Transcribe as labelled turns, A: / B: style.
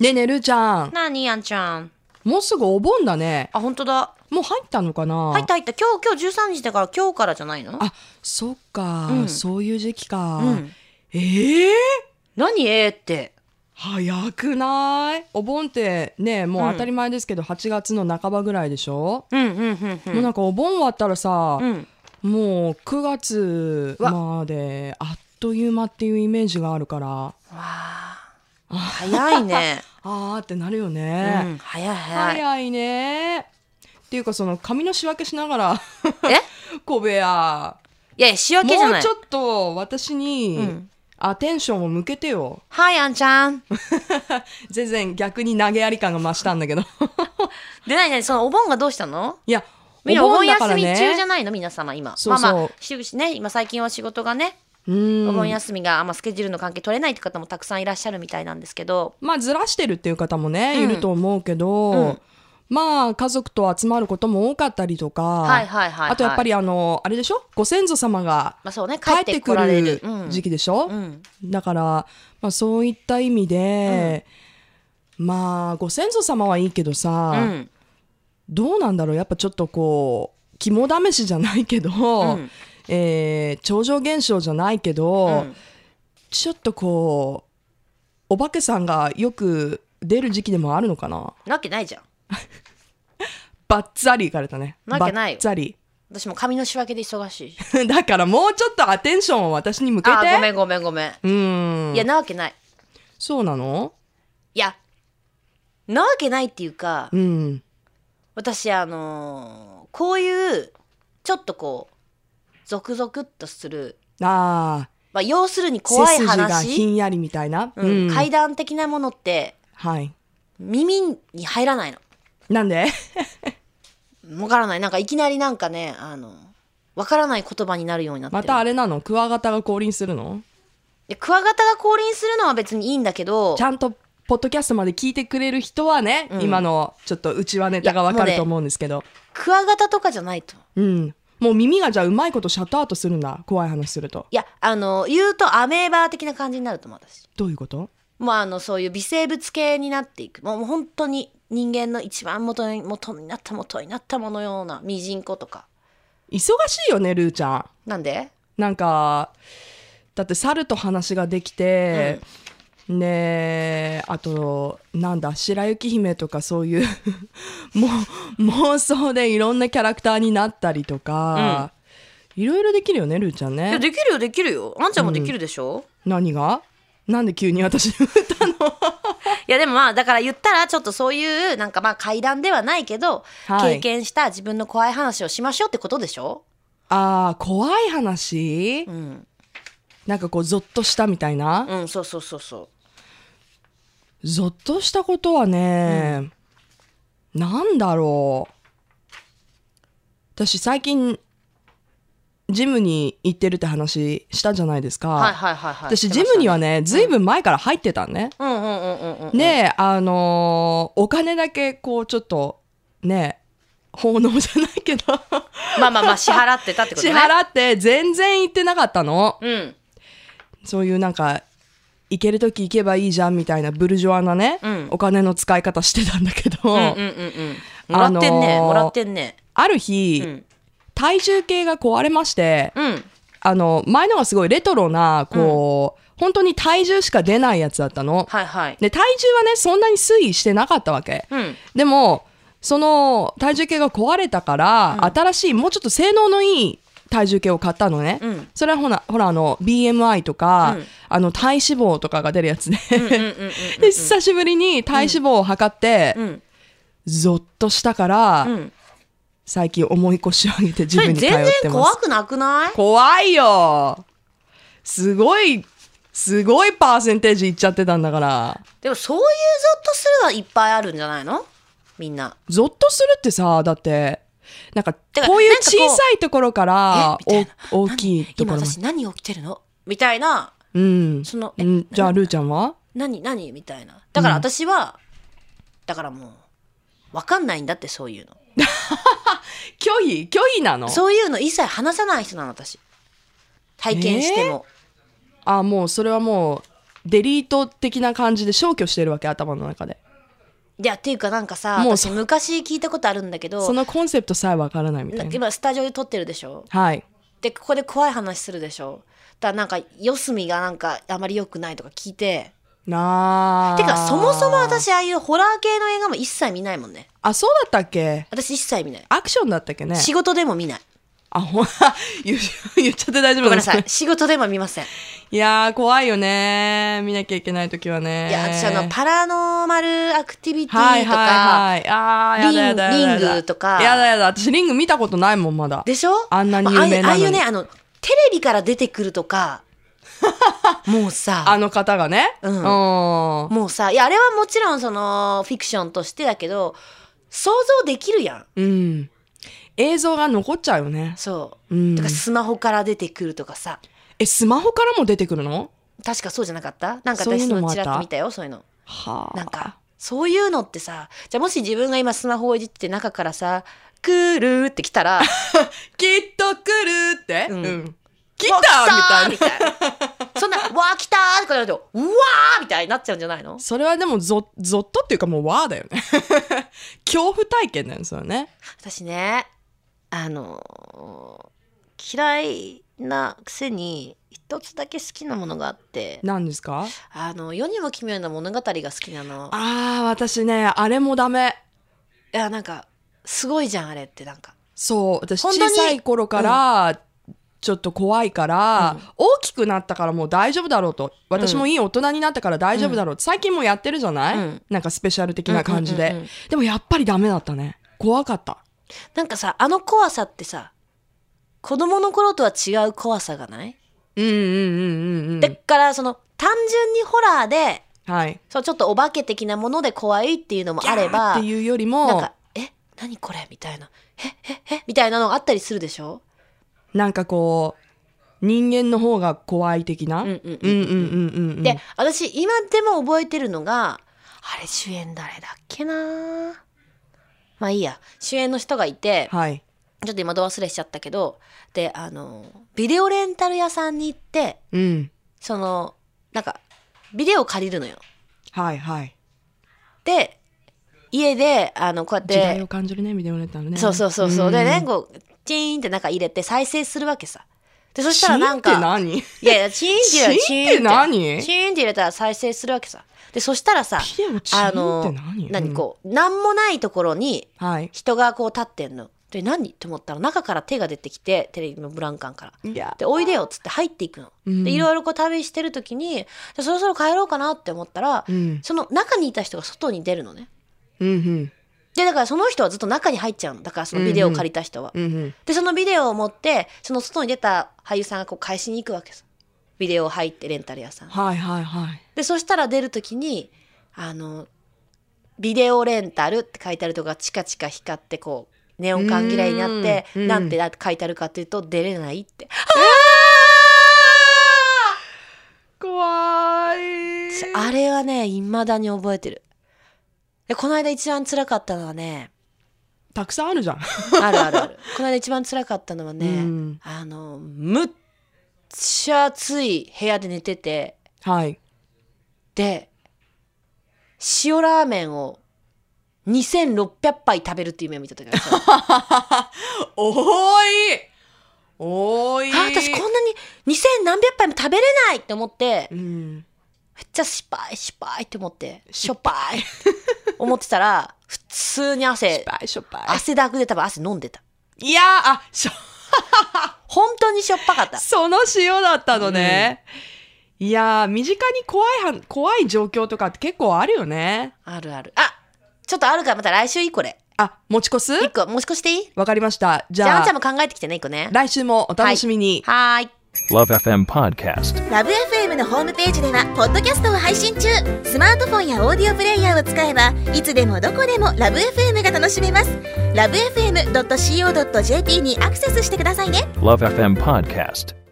A: ねえねるちゃん
B: なあにやんちゃん
A: もうすぐお盆だね
B: あ本当だ
A: もう入ったのかな
B: 入った入った今日今日13日だから今日からじゃないの
A: あそっか、
B: うん
A: そういう時期か、
B: うん
A: ええ
B: 何ええって
A: 早くないお盆ってねもう当たり前ですけど、8月の半ばぐらいでしょ、
B: うんうんうんう
A: もうんなんかお盆終わったらさ、
B: うん
A: もう9月まであっという間っていうイメージがあるから
B: わあ早いね、
A: あーってなるよ
B: う
A: ね、
B: ん、早い早い
A: 早いねっていうかその髪の仕分けしながら
B: え
A: 小部屋
B: いやいや仕分
A: も
B: けじゃな
A: う
B: い
A: ちょっと私に、
B: うん
A: アテンションを向けて よ
B: はいあんちゃん
A: 全然逆に投げやり感が増したん だけど
B: でなになにそのお盆がどうしたの
A: いや
B: みんなお盆
A: だから
B: 休み
A: ね
B: 中じゃないの皆様今
A: そうそう
B: まあまあししね今最近は仕事がね、
A: うん
B: お盆休みがあんまスケジュールの関係取れないって方もたくさんいらっしゃるみたいなんですけど
A: まあずらしてるっていう方もね、
B: うん
A: いると思うけど、
B: うん
A: まあ家族と集まることも多かったりとか、
B: はいはいはい、はい、
A: あとやっぱりあのあれでしょご先祖様が
B: まあそうね帰
A: 帰
B: っ
A: ってて
B: こ
A: く
B: られる
A: る時期でしょ、
B: うんうん
A: だから、まあ、そういった意味で、まあご先祖様はいいけどさ、
B: うん
A: どうなんだろうやっぱちょっとこう肝試しじゃないけど、
B: ん
A: えー超常現象じゃないけど、
B: うん
A: ちょっとこうお化けさんがよく出る時期でもあるのかな
B: なわけないじゃん
A: バッツァリ行かれたね
B: なわけないよ
A: バッツァリ
B: 私も髪の仕分けで忙しい
A: だからもうちょっとアテンションを私に向けて
B: あーごめんごめんごめん、
A: うーん
B: いやなわけない
A: そうなの
B: いやなわけないっていうか、
A: うん
B: 私あのーこういうちょっとこうゾクゾクっとする
A: ああ
B: まあ要するに怖い
A: 背筋がひ
B: 話、
A: んやりみたいな、
B: うん
A: うん
B: 階段的なものって
A: はい
B: 耳に入らないの
A: なんで
B: わからないなんかいきなりなんかねあのわからない言葉になるようになってる
A: またあれなのクワガタが降臨するの
B: でクワガタが降臨するのは別にいいんだけど
A: ちゃんとポッドキャストまで聞いてくれる人はね、
B: うん
A: 今のちょっとうちはネタがわかると思うんですけど
B: クワガタとかじゃないと
A: うんもう耳がじゃあうまいことシャットアウトするんだ怖い話すると
B: いやあの言うとアメーバー的な感じになると思う私
A: どういうこと
B: もうあのそういう微生物系になっていくもうもう本当に人間の一番元に元になった元になったものようなミジンコとか
A: 忙しいよねルーちゃん
B: なんで
A: なんかだって猿と話ができて、ねえあとなんだ白雪姫とかそういう もう妄想でいろんなキャラクターになったりとか、いろいろできるよねルーちゃん
B: いや
A: ね
B: できるよできるよあんちゃんもできるでしょ、
A: 何がなんで急に私に振ったの
B: いやでもまあだから言ったらちょっとそういうなんかまあ怪談ではないけど、
A: はい
B: 経験した自分の怖い話をしましょうってことでしょ
A: ああ怖い話
B: うん
A: なんかこうゾッとしたみたいな、
B: うんそうそうそうそ
A: ゾッとしたことはね、なんだろう私最近ジムに行ってるって話したじゃないですか、
B: うはいはいはいはい
A: 私ジムには
B: ね
A: ねずいぶん前から入ってたんね、
B: うんうんうんうんうんうん
A: であのーお金だけこうちょっとね奉納じゃないけど
B: まあまあまあ支払ってたってこと
A: 支
B: ね
A: 払って全然行ってなかったの
B: うん
A: そういうなんか行ける時行けばいいじゃんみたいなブルジョアなね、
B: うん
A: お金の使い方してたんだけど、
B: うんうんうんうんもらってんね、
A: あのー
B: もらってんね
A: ある日、
B: うん
A: 体重計が壊れまして、
B: うん
A: あの、前のがすごいレトロな、こう、本当に体重しか出ないやつだったの。
B: はいはい
A: で、体重はね、そんなに推移してなかったわけ。
B: うん
A: でも、その体重計が壊れたから、新しい、もうちょっと性能のいい体重計を買ったのね。
B: うん
A: それはほら、ほら、あの、BMI とか、
B: うん
A: あの、体脂肪とかが出るやつで、
B: うんうんうんうん
A: で、久しぶりに体脂肪を測って、
B: うん
A: ゾッとしたから、
B: うん
A: 最近重い腰を上げて自
B: それ
A: 分に通っ
B: 全
A: て
B: 然
A: ま
B: 怖
A: す
B: くなくない
A: 怖いよすごいすごいパーセンテージいっちゃってたんだから
B: でもそういうゾッとするはいっぱいあるんじゃないのみんな
A: ゾッとするってさだってなんか
B: だから
A: こういう
B: なんかこう
A: 小さいところから
B: えみたい
A: お大きいとこ
B: 今
A: ろまで
B: 私何起きてるのみたいな
A: うん
B: その
A: う
B: え
A: んじゃあルーちゃんは
B: 何何みたいなだから私は、だからもう分かんないんだってそういうの
A: 拒否拒否なの
B: そういうの一切話さない人なの私体験しても、
A: あもうそれはもうデリート的な感じで消去してるわけ頭の中で
B: いやっていうかなんかさ
A: もう
B: 私昔聞いたことあるんだけ
A: そ
B: ど
A: のコンセプトさえわからないみた
B: ない
A: な
B: 今スタジオで撮ってるでしょ
A: はい
B: でここで怖い話するでしょだからなんか四隅がなんかあまり良くないとか聞いて
A: なあ
B: てかそもそも私ああいうホラー系の映画も一切見ないもんね
A: あそうだったっけ
B: 私一切見ない、
A: アクションだったっけね
B: 仕事でも 見ない
A: あほん言っ言っちゃって大丈夫
B: ごめん
A: です
B: なさい 仕事でも見ません、
A: いやー怖いよね見なきゃいけない時はね
B: いや私あのパラノーマルアクティビティとか、
A: はいはいはいあーやだやだやだやだ
B: リンリングとか
A: やだやだ私リング見たことないもんまだ
B: でしょ
A: あんなに有名なのに
B: まあああいうああいうねあのテレビから出てくる とかもうさ
A: あの方がね
B: うん
A: ん
B: もうさいやあれはもちろんそのフィクションとしてだけど想像できるやん
A: うん、映像が残っちゃうよね、
B: そう、
A: うん
B: とかスマホから出てくるとかさ
A: えスマホからも出てくるの
B: 確かそうじゃなかったなんか
A: そうい
B: 私
A: うの
B: の
A: もあっ
B: ち
A: た
B: らっと見たよそういうの
A: はあ
B: なんかそういうのってさじゃあもし自分が今スマホをいじって中からさ「くる」って来た ら「
A: きっと来るって、
B: うん
A: 来
B: わ
A: たみたいな
B: 来たーみたいなそんな「わ ー来た!」とか言われても「うわー!」みたいになっちゃうんじゃないの
A: それはでもゾゾッとっていうかもうわーだ よね恐怖体験だよねそれね
B: 私ねあのー嫌いなくせに一つだけ好きなものがあって
A: 何ですか
B: あの世にも奇妙な物語が好きなの
A: あー私ねあれもダメ
B: いやなんかすごいじゃんあれってなんか
A: そう私
B: 本当
A: 小
B: に
A: さい頃から、ちょっと怖いから、大きくなったからもう大丈夫だろうと私もいい大人になったから大丈夫だろう、って最近もやってるじゃない、
B: うん
A: なんかスペシャル的な感じで、
B: うんうんうんうん
A: でもやっぱりダメだったね怖かった
B: なんかさあの怖さってさ子供の頃とは違う怖さがない、
A: うんうんうんうんう
B: だ
A: ん
B: からその単純にホラーで
A: はい
B: そうちょっとお化け的なもので怖いっていうのもあれ
A: ギャー
B: ば
A: っていうより
B: なん
A: も
B: か「え何これ?」みたいな「えええみたいなのがあったりするでしょ
A: なんかこう人間の方が怖い的な
B: う
A: うんん
B: うん
A: うんうんうん
B: で私今でも覚えてるのがあれ主演誰だっけなまあいいや主演の人がいて
A: はい
B: ちょっと今度忘れしちゃったけどであのビデオレンタル屋さんに行って
A: うん
B: そのなんかビデオ借りるのよ。
A: はいはい
B: で家であのこうやっ
A: 時代
B: て
A: を感じるねビデオレターのね
B: そうそうそうそうでね
A: ん
B: こうチーンってなんか入れて再生するわけさ。でそし
A: シ
B: た
A: ー
B: ら
A: ン
B: なんか
A: って何
B: いやいやチーンって入れたら
A: チーンって何
B: チーンって入れたら再生するわけさ。でそしたらさ
A: ピエロチ
B: あ
A: ーンって
B: の
A: 何
B: 何こう何もないところに
A: うんはい
B: 人がこう立ってんの。で何と思ったら中から手が出てきてテレビのブランカンから。
A: いや
B: でおいでよっつって入っていくの。
A: うん
B: でいろいろこう旅してる時にじゃそろそろ帰ろうかなって思ったら、
A: うん
B: その中にいた人が外に出るのね。
A: うんうん
B: でだからその人はずっと中に入っちゃうのだからそのビデオを借りた人は。
A: うんうん
B: でそのビデオを持ってその外に出た俳優さんがこう返しに行くわけですビデオを入ってレンタル屋さん。
A: はいはいはい
B: でそしたら出る時にあのビデオレンタルって書いてあるとこがチカチカ光ってこうネオン管嫌いになって
A: うんうん
B: なんて書いてあるかっていうと出れないって
A: 怖い
B: あれはねいまだに覚えてるでこの間一番辛かったのはね
A: たくさんあるじゃん
B: あるあるあるこの間一番辛かったのはね、
A: うん
B: あのむっちゃ暑い部屋で寝てて
A: はい
B: で塩ラーメンを2600杯食べるっていう夢を見た時あるあ
A: 多い多い
B: 私こんなに2000何百杯も食べれないって思って
A: うん
B: めっちゃ失敗失敗って思ってし
A: 失
B: ょっぱいって思ってたら普通に
A: しょっ
B: 汗
A: ぱいしょっぱ
B: 汗だくで多分汗飲んでた
A: いいやーあしょ
B: 本当にしょっぱかった
A: その塩だったのね。いやー、身近に怖いは、怖い状況とかって結構あるよね。
B: あるあるあちょっとあるからまた来週いいこれ
A: あ、持ち越す
B: 一個もう少しでいい
A: わかりました。じ
B: じゃああ
A: ゃ
B: ん
A: あ、
B: ちゃんも考えてきてね一個ね
A: 来週もお楽しみに。
B: はーい
C: Love FM Podcast.
D: ラブ f m のホームページではポッドキャストを配信中スマートフォンやオーディオプレイヤーを使えばいつでもどこでもラブ f m が楽しめますラブ FM.co.jp にアクセスしてくださいね
C: Love FM Podcast.